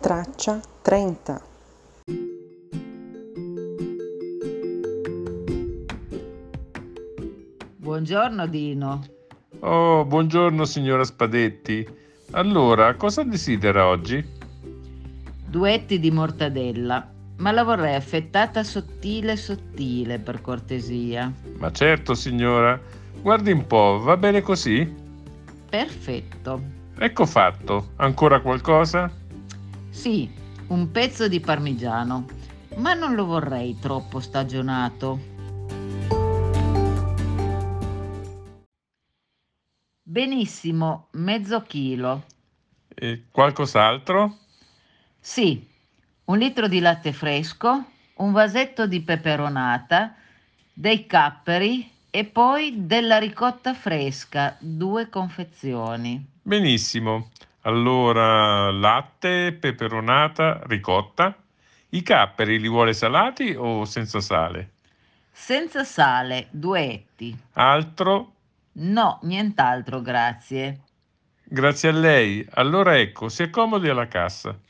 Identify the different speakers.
Speaker 1: Traccia 30.
Speaker 2: Buongiorno Dino.
Speaker 3: Oh, buongiorno signora Spadetti. Allora, cosa desidera oggi?
Speaker 2: Duetti di mortadella, ma la vorrei affettata sottile sottile per cortesia.
Speaker 3: Ma certo, signora. Guardi un po', va bene così?
Speaker 2: Perfetto.
Speaker 3: Ecco fatto. Ancora qualcosa?
Speaker 2: Sì, un pezzo di parmigiano, ma non lo vorrei troppo stagionato. Benissimo, mezzo chilo.
Speaker 3: E qualcos'altro?
Speaker 2: Sì, un litro di latte fresco, un vasetto di peperonata, dei capperi e poi della ricotta fresca, due confezioni.
Speaker 3: Benissimo. Allora, latte, peperonata, ricotta. I capperi li vuole salati o senza sale?
Speaker 2: Senza sale, duetti.
Speaker 3: Altro?
Speaker 2: No, nient'altro, grazie.
Speaker 3: Grazie a lei. Allora ecco, si accomodi alla cassa.